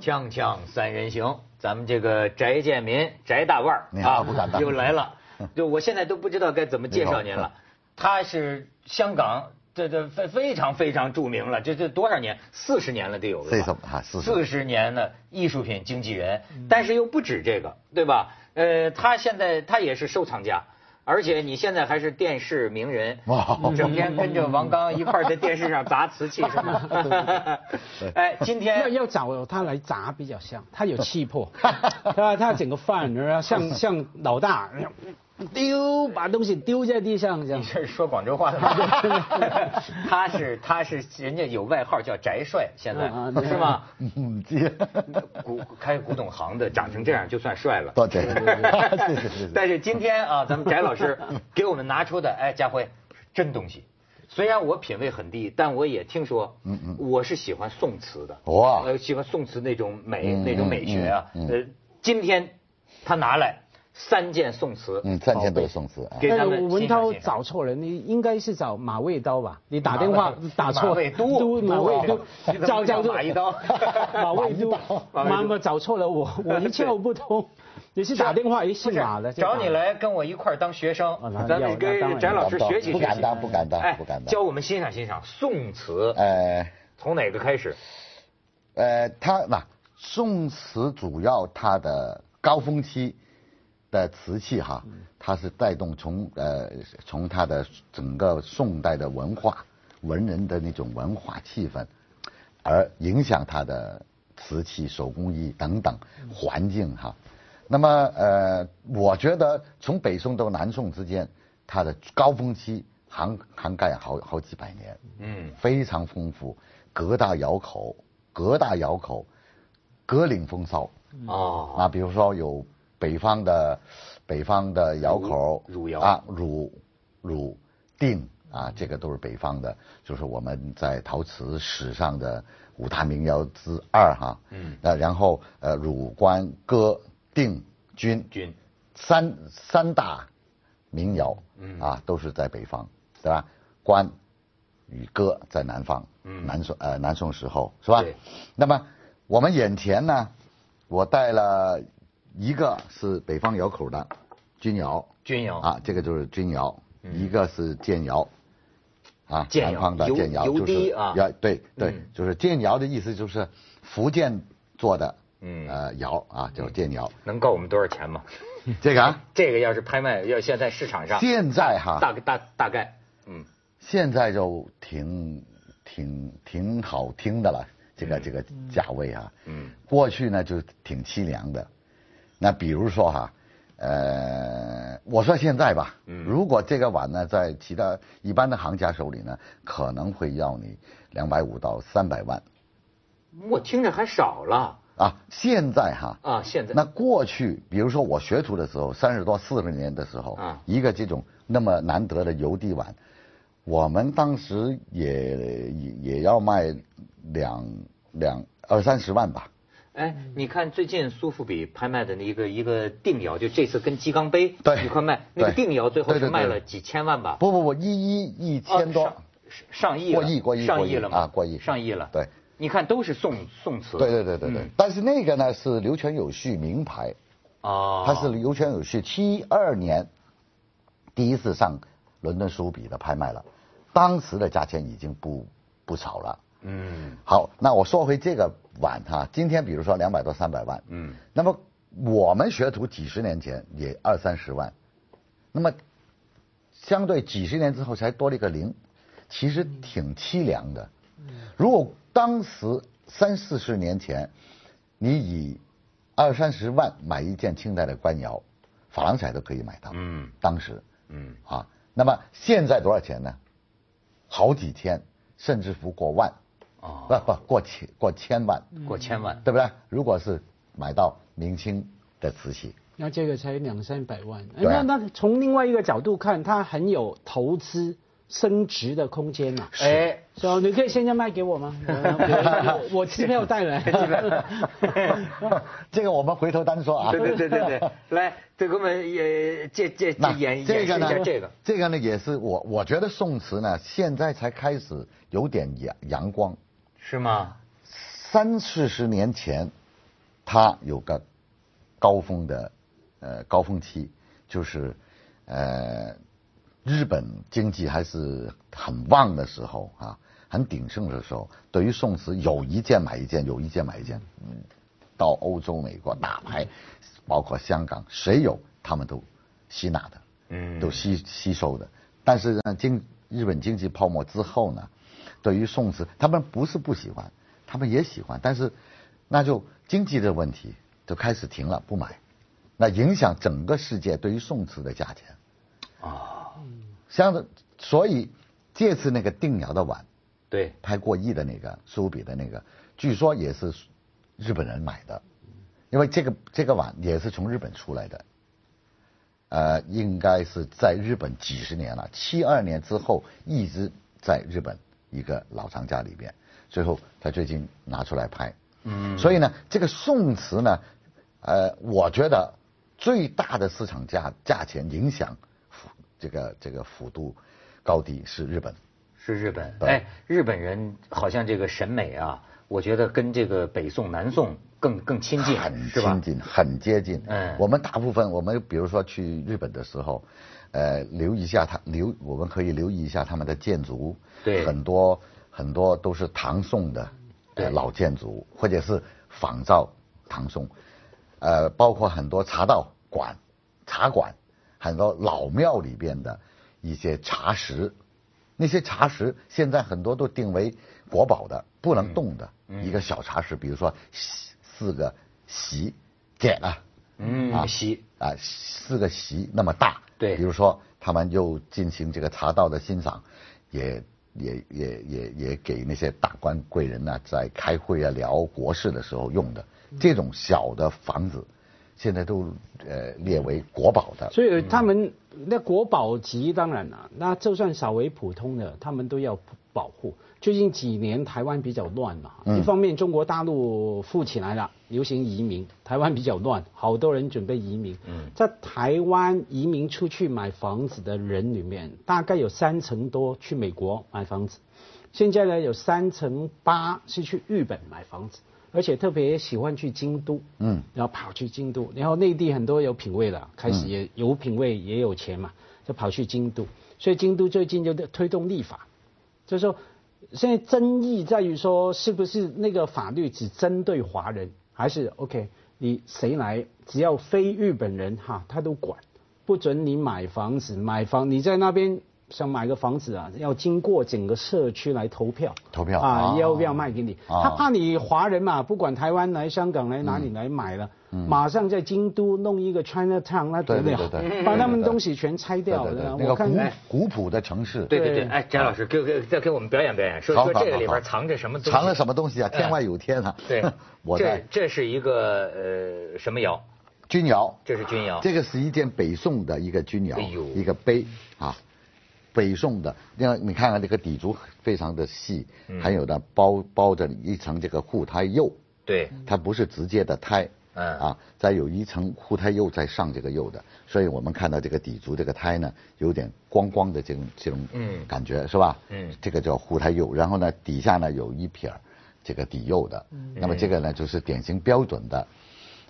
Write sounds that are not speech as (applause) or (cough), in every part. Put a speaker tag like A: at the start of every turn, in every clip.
A: 锵锵三人行，咱们这个翟建民、翟大腕儿
B: 你好
A: 啊，
B: 哎不敢当
A: 又来
B: (laughs)
A: 了。就我现在都不知道该怎么介绍您了。他是香港这这非非常非常著名了，这这多少年？四十年了得有了吧。
B: 四十啊四十嗯
A: 四十年的艺术品经纪人，但是又不止这个，对吧？呃，他现在他也是收藏家。而且你现在还是电视名人，
B: 哇
A: 整天跟着王刚一块儿在电视上砸瓷器是 (laughs)
B: (laughs)
A: 吗？哎，今天
C: 要要找他来砸比较像，他有
A: (laughs)
C: 气魄，他他整个范儿啊，像像老大，丢把东西丢在地上这样
A: 你。这是说广州话的
B: (laughs)
A: 吗？他是他是人家有外号叫翟帅，现在
B: 啊
C: 嗯嗯
A: 是
B: (laughs)
A: 吗？
B: 嗯，接，
A: 古开古董行的长成这样就算帅了。
B: 多对对对对对对，
A: 但是今天啊，咱们翟老师给我们拿出的，哎，家辉是真东西。虽然我品味很低，但我也听说，
B: 嗯嗯啊
A: 我是喜欢宋词的，
B: 哇
A: 呃，喜欢宋词那种美、
B: 哦嗯
A: 那种美学啊。
B: 嗯嗯
A: 呃，今天他拿来三件宋词，
B: 嗯，三千都是宋词
A: (laughs)
B: 啊，
A: 给
C: 但
A: 咱
C: 是
A: 们欣赏
C: 哎文涛
A: 欣赏
C: 找错人，你应该是找马未都吧？你打电话
A: 马未
C: (laughs) 打错
A: 马未都 (laughs)
C: 马未
A: 哦你怎
C: 都
A: 么
C: 找
A: 叫
C: 找错
A: 马一刀
C: (laughs) 马未
A: (laughs)
C: 都
A: 马未都
C: 妈妈找错了我，我一窍
A: (laughs)
C: 不通。你是打电话一姓
A: 不是
C: 马的，
A: 找你
C: 了。
A: 来跟我一块儿当学生
C: 啊那，
A: 咱
C: 要
A: 们
C: 那
A: 跟
C: 当然
A: 翟老师
B: 不敢
A: 学习
B: 不
A: 学习
B: 敢。当，不敢
A: 哎
B: 当，不敢
A: 教
B: 当。
A: 我们欣赏欣赏宋词，
B: 呃
A: 从哪个开始？
B: 呃，他那宋词主要它的高峰期的瓷器哈，它是带动从呃从它的整个宋代的文化文人的那种文化气氛，而影响它的瓷器、手工艺等等环境哈。那么呃，我觉得从北宋到南宋之间，它的高峰期涵涵盖好好几百年，
A: 嗯，
B: 非常丰富，各大窑口，各大窑口，各领风骚
A: 哦，
B: 啊。比如说有北方的北方的窑口，
A: 汝汝窑嗯
B: 啊，汝汝定啊，这个都是北方的，就是我们在陶瓷史上的五大名窑之二哈。
A: 嗯，
B: 那然后呃，汝官、哥、定、钧
A: 君，
B: 三三大民谣，
A: 嗯
B: 啊，都是在北方，对吧？关与歌在南方，
A: 嗯
B: 南宋呃南宋时候是吧
A: 对？
B: 那么我们眼前呢，我带了一个是北方窑口的钧窑
A: 钧窑
B: 啊，这个就是钧窑，
A: 哦嗯
B: 一个是建窑。啊，
A: 建窑
B: 南方的
A: 油
B: 建窑
A: 油
B: 就是
A: 滴啊
B: 窑对对
A: 嗯，
B: 就是建窑的意思，就是福建做的，
A: 嗯
B: 呃，窑啊，叫建窑。
A: 能告我们多少钱吗？
B: 这个啊，
A: 这个要是拍卖，要现在市场上，
B: 现在哈，
A: 大概大大概，嗯，
B: 现在就挺挺挺好听的了，这个
A: 嗯
B: 这个价位啊，
A: 嗯，
B: 过去呢就挺凄凉的。那比如说哈，呃，我说现在吧，
A: 嗯
B: 如果这个碗呢在其他一般的行家手里呢，可能会要你两百五到三百万
A: 嗯我听着还少了
B: 啊。现在哈，
A: 啊，现在
B: 那过去比如说我学徒的时候，三十多四十年的时候，
A: 啊
B: 一个这种那么难得的邮递碗，我们当时也也也要卖两两二三十万吧。
A: 哎，你看最近苏富比拍卖的那一个一个定窑，就这次跟鸡缸杯
B: 对
A: 一块卖，那个
B: 对
A: 定窑最后
B: 对
A: 是
B: 对对
A: 卖了几千万吧？
B: 不不不，一一一千多，
A: 啊上上亿了
B: 过亿过亿
A: 上
B: 过
A: 亿
B: 亿
A: 了嘛
B: 啊过亿
A: 上亿了。
B: 对，
A: 你看都是宋宋词。
B: 对对对对对。
A: 嗯
B: 但是那个呢是刘全有序名牌，
A: 哦，
B: 它是刘全有序七二年第一次上伦敦苏富比的拍卖了，当时的价钱已经不不少了。
A: 嗯
B: 好，那我说回这个碗哈，今天比如说两百多三百万，
A: 嗯，
B: 那么我们学徒几十年前也二三十万，那么相对几十年之后才多了一个零，其实挺凄凉的。如果当时三四十年前，你以二三十万买一件清代的官窑，珐琅彩都可以买到，
A: 嗯
B: 当时，
A: 嗯
B: 啊，那么现在多少钱呢？好几千，甚至乎过万，
A: 哦，
B: 不不过千过千万，
A: 过千万。
B: 对不对？如果是买到明清的瓷器，
A: (laughs)
C: 那这个才两三百万，哎
B: 对啊
C: 那那从另外一个角度看，它很有投资升值的空间啊嘛。
A: 哎，
C: 所以你可以现在卖给我吗？我我我机票带来。
B: 这个我们回头单说啊。
A: 对对对对对，来，这给我们也这这这
B: (laughs) 那
A: 演演示
B: 这
A: 一
B: 个
A: 下
B: 呢？
A: 这个，
B: 这个呢也是我我觉得宋词呢现在才开始有点阳阳光，
A: 是吗？
B: 三四十年前它有个高峰的呃高峰期，就是呃日本经济还是很旺的时候啊，很鼎盛的时候，对于宋词有一件买一件，有一件买一件，嗯，到欧洲、美国大牌，包括香港，谁有他们都吸纳的，
A: 嗯
B: 都吸吸收的。但是呢，经日本经济泡沫之后呢，对于宋词，他们不是不喜欢，他们也喜欢，但是那就经济的问题就开始停了，不买，那影响整个世界对于宋词的价钱。
A: 哦
B: 嗯相当，所以这次那个定窑的碗
A: 对，
B: 拍过亿的那个苏比的那个，据说也是日本人买的，因为这个这个碗也是从日本出来的，呃，应该是在日本几十年了，七二年之后一直在日本一个老藏家里边，最后他最近拿出来拍，嗯，所以呢，这个宋词呢，呃，我觉得最大的市场价价钱影响幅这个这个幅度高低是日本，
A: 是日本。
B: 对
A: 哎，日本人好像这个审美啊，我觉得跟这个北宋、南宋更更亲近，
B: 很
A: 是吧
B: 亲？近，很接近。
A: 嗯
B: 我们大部分，我们比如说去日本的时候，呃，留意一下他留，我们可以留意一下他们的建筑，
A: 对
B: 很多很多都是唐宋的
A: 对
B: 呃老建筑，或者是仿照唐宋，呃，包括很多茶道馆、茶馆，很多老庙里边的一些茶食，那些茶食现在很多都定为国宝的，不能动的、一个小茶室，比如说四四个席，解啊，
A: 嗯，西
B: 啊，四个席那么大。
A: 对
B: 比如说他们又进行这个茶道的欣赏，也也也也也给那些达官贵人呐、在开会啊聊国事的时候用的
A: 嗯
B: 这种小的房子，现在都呃列为国宝的。
C: 所以他们那国宝级当然了，那就算稍微普通的，他们都要保护。最近几年台湾比较乱嘛，一方面中国大陆富起来了，流行移民，台湾比较乱，好多人准备移民。在台湾移民出去买房子的人里面，大概有三成多去美国买房子，现在呢有三成八是去日本买房子。而且特别喜欢去京都，嗯，然后跑去京都，然后内地很多有品位的，开
B: 嗯
C: 始也有品位也有钱嘛，就跑去京都，所以京都最近就推动立法，就是说现在争议在于说是不是那个法律只针对华人，还是 OK 你谁来，只要非日本人哈，他都管，不准你买房子，买房你在那边想买个房子啊，要经过整个社区来投票，
B: 投票
C: 啊
B: 哦，
C: 要不要卖给你？
B: 哦
C: 他怕你华人嘛，不管台湾来、香港来哪里来买了，马上在京都弄一个 China Town，那得
B: 嗯对对
C: 了
B: 对对，
C: 把他们东西全拆掉
B: 对对
C: 了。
B: 对那个
C: 我看哎
B: 古古朴的城市。
A: 对对
C: 对
A: 对，哎，翟老师，给给再给我们表演表演，说
B: 好
A: 说
B: 好
A: 这个
B: 好
A: 里
B: 好
A: 边藏着什么东西？嗯
B: 藏了什么东西啊？天外有天啊！，
A: 对
B: (laughs) 我
A: 这
B: 在
A: 这是一个呃什么窑？
B: 钧窑，
A: 这是钧窑。
B: 这个是一件北宋的一个钧窑，
A: 啊哎呦
B: 一个碑啊，北宋的。另外你看看这个底足非常的细，
A: 嗯
B: 还有呢包包着一层这个护胎釉，
A: 对，
B: 它不是直接的胎，
A: 嗯
B: 啊，再有一层护胎釉在上这个釉的，所以我们看到这个底足这个胎呢，有点光光的这种这种
A: 嗯
B: 感觉、是吧？
A: 嗯
B: 这个叫护胎釉，然后呢底下呢有一撇儿这个底釉的，
A: 嗯
B: 那么这个呢就是典型标准的，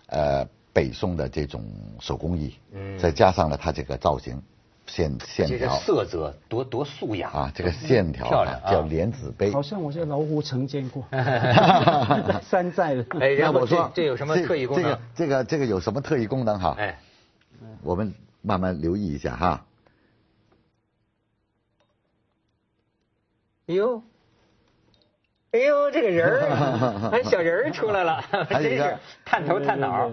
B: 呃，北宋的这种手工艺，
A: 嗯
B: 再加上了它这个造型线线
A: 这是
B: 条
A: 色泽多多素雅
B: 啊，这个线条
A: 漂亮啊
B: 叫莲子杯，
C: 好像我在老虎城见
B: (laughs)
C: 过，山寨的。
A: 哎，然
B: 那
A: 后
B: 我
A: 这
B: 说
A: 这有什么
B: 这
A: 特异功能？
B: 这个这啊个这个有什么特异功能哈？
A: 哎，
B: 我们慢慢留意一下哈。
A: 哎呦，哎呦，这个人儿
B: (laughs)
A: 啊，哎，小人儿出来了，
B: 还有
A: (laughs) 真
B: 一个嗯
A: 是探头探脑。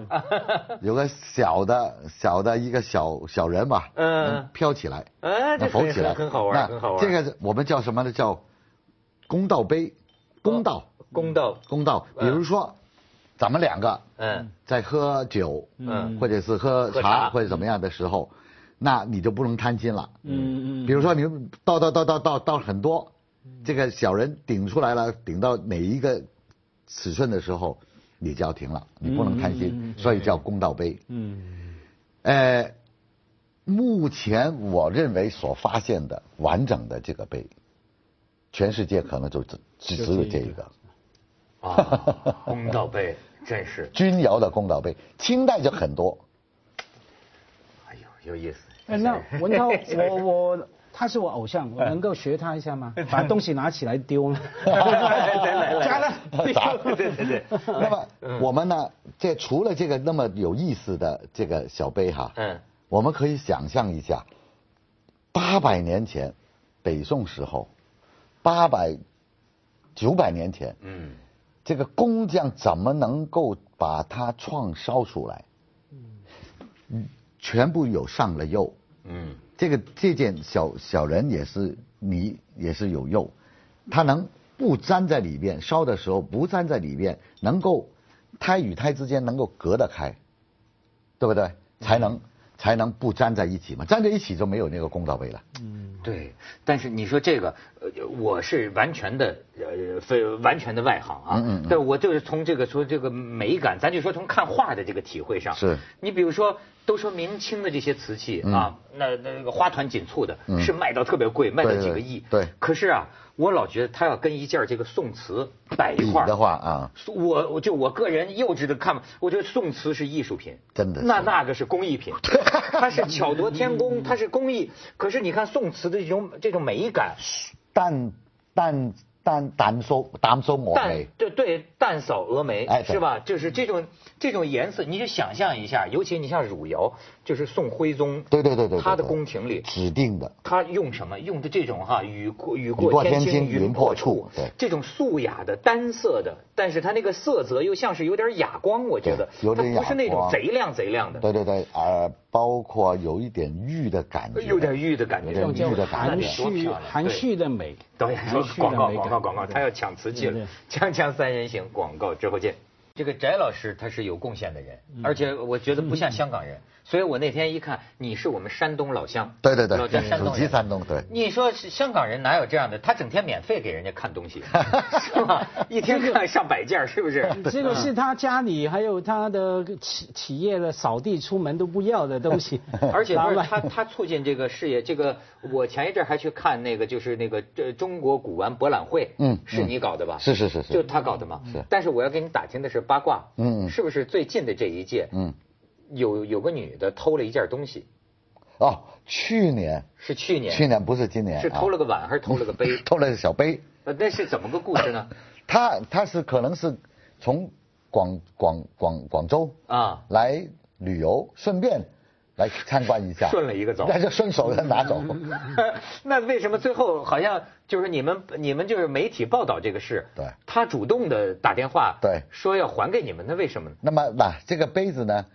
B: 有个小的小的一个小小人吧，
A: (laughs) 嗯
B: 能飘起来，
A: 哎，这
B: 能浮
A: 很
B: 嗯起来，
A: 很很好玩，
B: 那
A: 很好玩。
B: 这个是我们叫什么呢？叫公道杯，公道，
A: 公道，
B: 公道。比如说，咱们两个
A: 嗯，
B: 在喝酒，
A: 嗯
B: 或者是喝
A: 喝
B: 茶
A: 茶
B: 或者怎么样的时候，那你就不能贪心了。
C: 嗯嗯
B: 比如说你倒倒倒倒倒倒很多，
A: 嗯
B: 这个小人顶出来了，顶到哪一个尺寸的时候，你就要停了，你不能贪
A: 嗯
B: 心，所以叫公道杯。
C: 嗯，
B: 呃，目前我认为所发现的完整的这个杯，全世界可能就只只只有这一个。 (laughs)
A: 啊，公道杯，真是，
B: 钧窑的宫岛杯，清代就
A: (laughs)
B: 很多。
A: 哎呦，有意思。
C: 哎，那文涛，我我他是我偶像，我能够学他一
B: (laughs)
C: 下吗？把东西拿起来丢了，
A: 来
C: 砸了，
B: 砸
C: 丢
A: 对嗯对对，
B: 那么我们呢，这除了这个那么有意思的这个小杯哈，
A: 嗯，
B: 我们可以想象一下，八百年前，北宋时候，八百九百年前，
A: 嗯，
B: 这个工匠怎么能够把它创烧出来？嗯，全部有上了釉。
A: 嗯，
B: 这个这件小小人也是泥，也是有釉，它能不粘在里边，烧的时候不粘在里边，能够胎与胎之间能够隔得开，对不对？才能、才能不粘在一起嘛，粘在一起就没有那个公道位了。
A: 对，但是你说这个，呃，我是完全的呃非完全的外行啊，
B: 嗯嗯嗯
A: 对，我就是从这个说这个美感，咱就说从看画的这个体会上，
B: 是
A: 你比如说，都说明清的这些瓷器啊，那那个花团锦簇的，
B: 嗯
A: 是卖到特别贵，卖到几个亿，
B: 对对
A: 可是啊，我老觉得它要跟一件这个宋瓷摆一
B: 比
A: 块儿
B: 的话啊，
A: 我我就我个人幼稚的看法，我觉得宋瓷是艺术品，
B: 真的是
A: 那那个是工艺品，
B: (laughs)
A: 它是巧夺天工，它是工艺。可是你看宋瓷的这种这种美感，
B: 但但但但收但收我
A: 淡
B: 眉，
A: 对对，淡扫蛾眉、
B: 哎对
A: 是吧？就是这种这种颜色，你就想象一下，尤其你像汝窑，就是宋徽宗，
B: 对对对对对对
A: 他的宫廷里，
B: 指定的，
A: 他用什么？用的这种哈，雨过雨
B: 雨过
A: 过
B: 天
A: 青
B: 晴云破
A: 破
B: 处对
A: 这种素雅的单色的，但是它那个色泽又像是有点哑光，我觉得
B: 对有点
A: 它不是那
B: 哑
A: 种
B: 光
A: 贼亮贼亮的，
B: 对对对，呃，包括有一点玉的感觉，
A: 有点玉的感觉，
B: 有
C: 这种
B: 点
C: 叫
B: 玉的感觉
C: 含蓄含。蓄的美。
A: 导演说
C: 含蓄的
A: 广告
C: 美
A: 广
C: 感
A: 告广告，他要抢瓷器
C: 对
A: 了
C: 对，
A: 锵锵三人行广告之后见。这个翟老师他是有贡献的人，
C: 嗯
A: 而且我觉得不像香港人，所以我那天一看你是我们山东老乡，
B: 对对对
A: 老家山东
B: 祖籍
A: 人
B: 山东对
A: 你说是香港人哪有这样的？他整天免费给人家看东
C: (laughs)
A: 西，是吧？一天看上百件儿，是不是？，
C: (laughs) 这个是他家里还有他的企企业的扫地出门都不要的
B: (laughs)
C: 东西
A: 而且不
C: 老
A: 是
C: 板
A: 他，他促进这个事业。这个我前一阵儿还去看那个，就是那个这中国古玩博览会，
B: 嗯
A: 是你搞的吧？
B: 是是是是
A: 就他搞的嘛。
B: 是
A: 但是我要给你打听的是八卦，
B: 嗯嗯
A: 是不是最近的这一届，
B: 嗯，
A: 有有个女的偷了一件东西，
B: 哦，去年
A: 是去年，啊
B: 去年不是今年，
A: 是偷了
B: 个、
A: 个碗还是偷了个 (laughs) 杯
B: (laughs) ？偷了个小杯。
A: 呃那是怎么个故事呢？
B: 他他是可能是从广广广广州
A: 啊
B: 来旅游，顺便来参观一下，
A: 顺了一个走
B: 那就顺手的拿走。
A: (laughs) 那为什么最后好像就是你们你们就是媒体报道这个事，
B: 对
A: 他主动的打电话，
B: 对
A: 说要还给你们，那为什么呢？
B: 那么那这个杯子呢，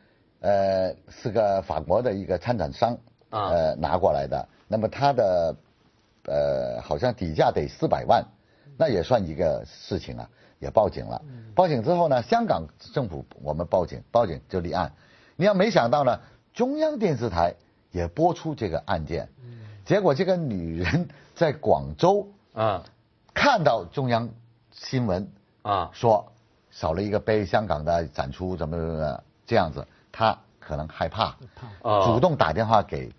B: 呃，是个法国的一个参展商
A: 啊
B: 呃拿过来的。那么它的呃好像底价得四百万，那也算一个事情啊，也报警了。报警之后呢，香港政府我们报警，报警就立案。你要没想到呢，中央电视台也播出这个案件，结果这个女人在广州
A: 啊
B: 看到中央新闻
A: 啊
B: 说少了一个被香港的展出怎么怎么怎么这样子，他可能害怕，
A: 哦
B: 主动打电话给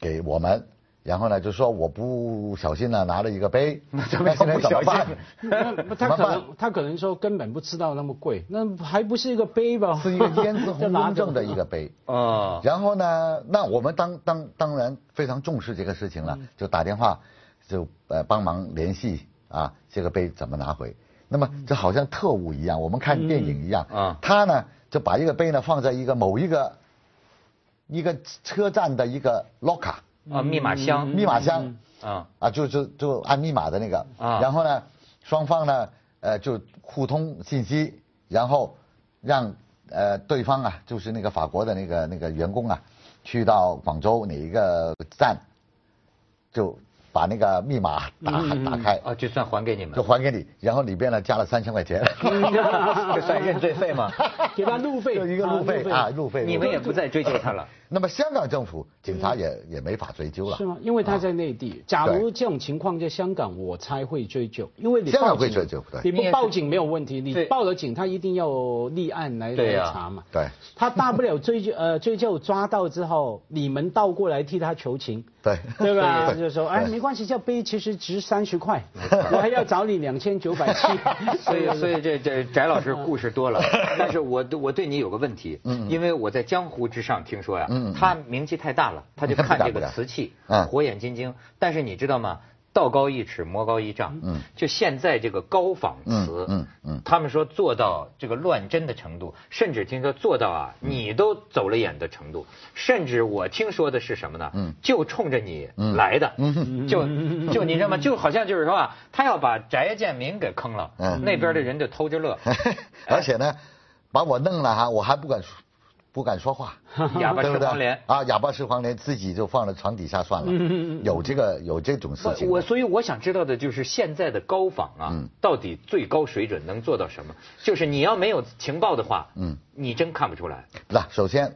B: 给我们，然后呢就说我不小心呢拿了一个杯，那
A: (laughs) 怎么样
B: 现在
A: 不
B: 怎么
A: 小
B: 办
A: 心？
C: 那
B: 怎
C: 他
B: 么
C: 可
B: 办？
C: 能他可能说根本不知道那么贵，那还不是一个杯吧？
B: 是一个胭
A: (laughs)
B: 脂
C: (laughs) 就
B: 红
C: 拿
B: 雍
C: 着
B: 正的一个杯。
A: 啊
B: 然后呢，那我们当当当然非常重视这个事情了，
A: 嗯
B: 就打电话，就呃帮忙联系啊，这个杯怎么拿回？那么这好像特务一样，我们看电影一样
A: 嗯啊
B: 他呢就把一个杯呢放在一个某一个一个车站的一个 locker
A: 啊！密码箱，
B: 密码箱
A: 啊
B: 啊，就就就按密码的那个，
A: 啊
B: 然后呢双方呢呃就互通信息，然后让呃对方啊就是那个法国的那个那个员工啊去到广州哪一个站，就把那个密码打
C: 嗯
B: 打开。
A: 啊，就算还给你们
B: 就，还给你，然后里边呢加了三千块钱，
A: (laughs) 这算认罪费 (laughs) 吗？
C: 嗯给他路费
B: (laughs) 就一个路费啊，路费。
A: 你们也不再追究他了。
B: 那么香港政府警察也也没法追究了
C: 是，吗？因为他在内
B: 啊
C: 地。假如
B: 对
C: 这种情况在香港，我才会追究，因为你
B: 香港
C: 报警
B: 会追究对
C: 你不报警没有问题，你
A: 对
C: 报了警，他一定要立案来
A: 对
C: 来
A: 呀
C: 查嘛。
B: 对啊
C: 他大不了追究呃追究抓到之后，你们倒过来替他求情，
B: 对 (laughs)
C: 对吧？
B: 对
C: 就说哎没关系叫杯，其实值三
B: (laughs)
C: 十块，我还要找你两千九百七。
A: (laughs) 所以，所以这这翟老师故事 (laughs) 多了，但是我我对你有个问题，因为我在江湖之上听说呀，他名气太嗯大了，他就看这个瓷器，
B: 嗯
A: 火眼金睛。但是你知道吗？道高一尺，魔高一丈。嗯，就现在这个高仿瓷，
B: 嗯嗯嗯
A: 他们说做到这个乱真的程度，甚至听说做到啊，你都走了眼的程度。甚至我听说的是什么呢？嗯，就冲着你来的。嗯，就就你知道吗？就好像就是说啊，他要把翟建民给坑了，
B: 嗯
A: 那边的人就偷着乐，
B: 而且呢，把我弄了哈，我还不敢说不敢说话，
A: (laughs) 哑巴
B: 对
A: 吃
B: 不对
A: 黄
B: (laughs)
A: 连。
B: 啊，哑巴吃黄连，自己就放在床底下算了。有这个有这种事
A: 我
B: 情的，
A: 我所以我想知道的就是现在的高仿啊，到底最高水准能做到什么？就是你要没有情报的话，嗯，你真看不出来。
B: 那首先，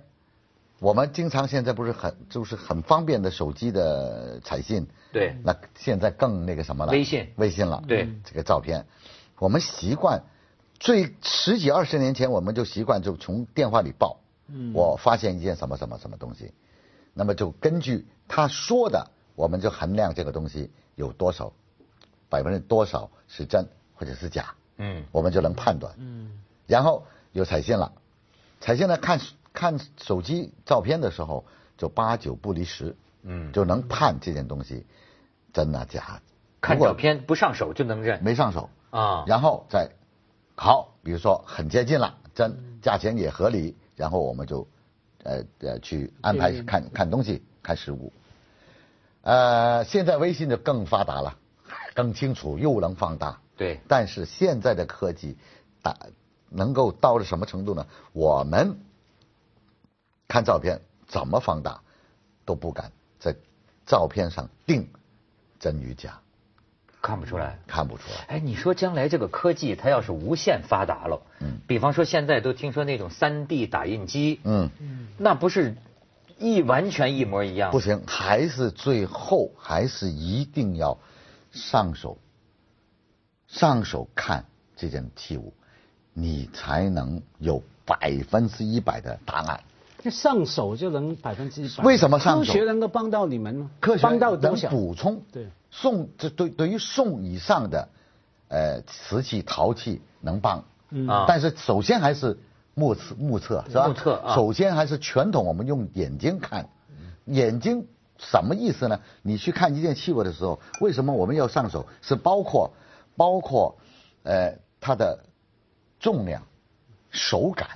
B: 我们经常现在不是很就是很方便的手机的彩信，
A: 对
B: 那现在更那个什么了，
A: 微信
B: 微信了，嗯
A: 对
B: 这个照片，我们习惯，最十几二十年前我们就习惯就从电话里报，
A: 嗯
B: 我发现一件什么什么什么东西，那么就根据他说的，我们就衡量这个东西有多少，百分之多少是真或者是假，
A: 嗯
B: 我们就能判断。嗯，然后有彩信了，彩信呢看看手机照片的时候，就八九不离十，
A: 嗯，
B: 就能判这件东西真啊假。
A: 看
B: 如果
A: 照片不上手就能认
B: 没上手，
A: 啊。
B: 然后再好，比如说很接近了，真价钱也合理，然后我们就呃呃去安排
C: 对
B: 看看东西、看实物。呃，现在微信就更发达了，更清楚，又能放大。
A: 对
B: 但是现在的科技达能够到了什么程度呢？我们看照片怎么放大都不敢在照片上定真与假，
A: 看不出来。
B: 看不出来。
A: 哎，你说将来这个科技它要是无限发达了，嗯，比方说现在都听说那种三 D 打印机，
B: 嗯，
A: 那不是一完全一模一样？
B: 不，行，还是最后还是一定要上手，上手看这件器物，你才能有百分之一百的答案。
C: 那上手就能百分之一百。
B: 为什么上手
C: 科学能够帮到你们吗？
B: 科学
C: 帮到多
B: 能
C: 少？
B: 补充，
C: 对，
B: 宋这对对于宋以上的，呃，瓷器、陶器能帮，
C: 嗯
A: 啊
B: 但是首先还是目测目测是吧？
A: 目测啊
B: 首先还是传统，我们用眼睛看，眼睛什么意思呢？你去看一件器物的时候，为什么我们要上手？是包括包括，呃，它的重量、手感，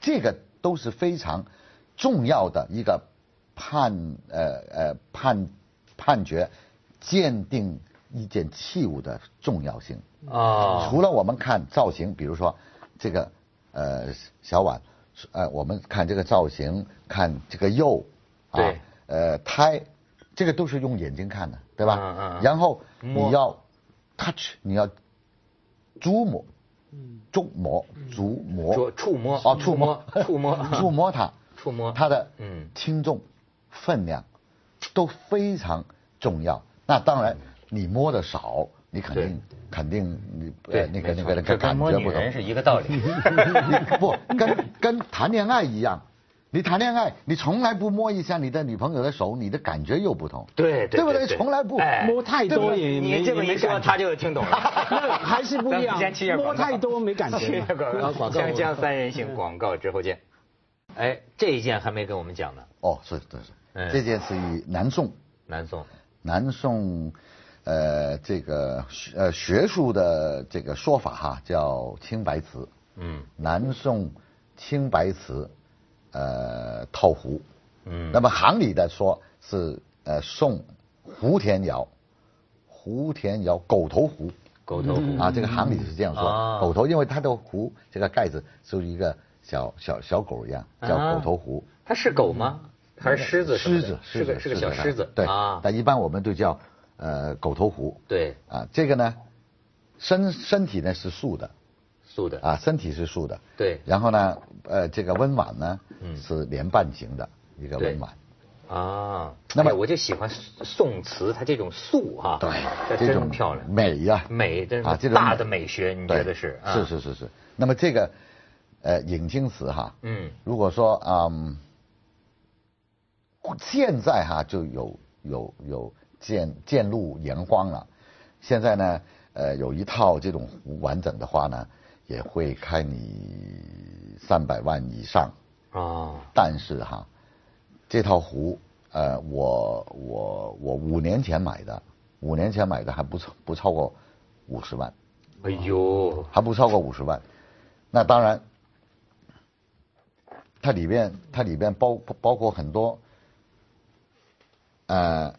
B: 这个都是非常重要的一个判呃呃判判决鉴定一件器物的重要性。
A: 哦，
B: 除了我们看造型，比如说这个呃小碗，呃我们看这个造型，看这个釉，啊
A: 对，
B: 呃胎，这个都是用眼睛看的，对吧？
A: 嗯嗯嗯
B: 然后
A: 摸
B: 你要 touch，你要琢磨，琢磨，
A: 嗯
B: 琢
A: 触
B: 磨，
A: 触摸
B: 哦，触摸，
A: 触摸
B: 触摸它，
A: (laughs) 触摸
B: 它的
A: 嗯
B: 轻重、分量都非常重要。那当然，你摸的少，你肯定肯定你
A: 对，
B: 呃那个
A: 没
B: 那
A: 错
B: 个那
A: 这
B: 个
A: 跟
B: 感
A: 摸
B: 觉
A: 女
B: 不
A: 人
B: 同。
A: 是一个道
B: (laughs)
A: 理。 (laughs)
B: 你不跟跟谈恋爱一样，你谈恋爱你从来不摸一下你的女朋友的手，你的感觉又不同。
A: 对
B: 对不对？从来不
A: 哎
C: 摸太多
B: 对不对
C: 也没
A: 你这么一
C: 没感
A: 说，
C: 觉
A: 他就听懂
C: 那
A: 了。
C: 还是不一
A: 咱
C: 样
A: 们先切，
C: 摸太多没感觉嘛。
A: 广
B: 广
A: 告，
B: 告
A: 锵锵三人行广告之后见。哎，这一件还没跟我们讲呢，
B: 哦，是是
A: 嗯
B: 是，这件是以南宋
A: 南宋。
B: 南宋，呃，这个学呃学术的这个说法哈，叫青白瓷。
A: 嗯
B: 南宋青白瓷，呃，套壶。
A: 嗯
B: 那么行里的说是呃宋胡田窑，胡田窑狗头壶。
A: 狗头壶
B: 啊，这个行里是这样
A: 啊
B: 说，狗头，因为它的壶这个盖子是一个小小小狗一样，叫狗头壶。
A: 它是狗吗？还是啊狮子什么
B: 狮
A: 的？
B: 子，
A: 是个是个小狮子。
B: 对
A: 啊，
B: 但一般我们都叫呃狗头壶。
A: 对，
B: 啊，这个呢，身身体呢是素的，
A: 素的。
B: 啊，身体是素的。
A: 对
B: 然后呢，呃，这个温碗呢
A: 嗯
B: 是莲瓣形的一个温碗。
A: 啊，
B: 那么
A: 哎我就喜欢宋词，它这种素啊，它
B: 这
A: 真
B: 种
A: 漂亮。
B: 美呀、
A: 美真是
B: 啊，这种
A: 大的美学你觉得
B: 对
A: 是啊
B: 是是是是。那么这个呃引经词哈，
A: 嗯
B: 如果说嗯，现在哈就有有有渐渐入炎黄了。现在呢，呃，有一套这种完整的花呢，也会开你三百万以上。
A: 啊，
B: 但是哈，这套壶，呃，我我我五年前买的，五年前买的还不超不超过五十万，
A: 哎呦，
B: 还不超过五十万。那当然，它里边它里边包包括很多，呃，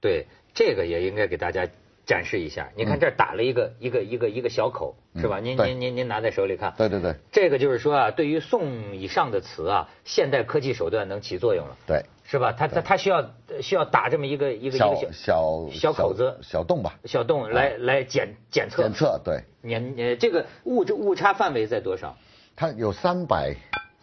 A: 对，这个也应该给大家展示一下。你看这儿打了一个、一个一个一个小口，是吧？
B: 嗯
A: 您
B: 对
A: 您您您拿在手里看。
B: 对对对
A: 这个就是说啊，对于宋以上的词啊，现代科技手段能起作用了，
B: 对，
A: 是吧？它它它需要需要打这么一个一个一
B: 小
A: 个
B: 小
A: 小口子
B: 小洞吧，
A: 小洞来来检检测
B: 检测对，
A: 年呃这个误误差范围在多少？
B: 它有三百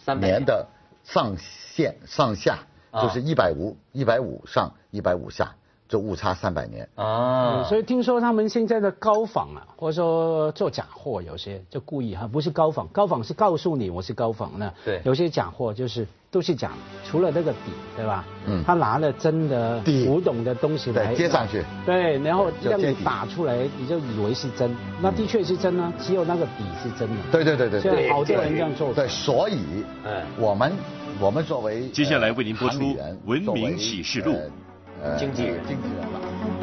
A: 300
B: 年的上限上下，
A: 啊
B: 就是一百五一百五上一百五下，就误差三百年。
A: 啊
C: 嗯所以听说他们现在的高仿啊，或者说做假货，有些就故意哈，不是高仿，高仿是告诉你我是高仿的，
A: 对
C: 有些假货就是都是假的，除了那个底，对吧？
B: 嗯
C: 他拿了真的
B: 底
C: 古董的东西来
B: 对接上去
C: 对，然后
B: 就
C: 让
B: 接
C: 你
B: 底
C: 打出来，你就以为是真，那的确是真啊，只有那个底是真的。
B: 对对对对
C: 现
B: 对
A: 对
C: 在好多人这样做。
B: 对，所以
A: 哎
B: 我们我们作为
D: 接下来为您播出
B: 呃韩语人
D: 文明
B: 作为
D: 启示录
B: 呃呃
A: 经纪人
B: 经纪人吧。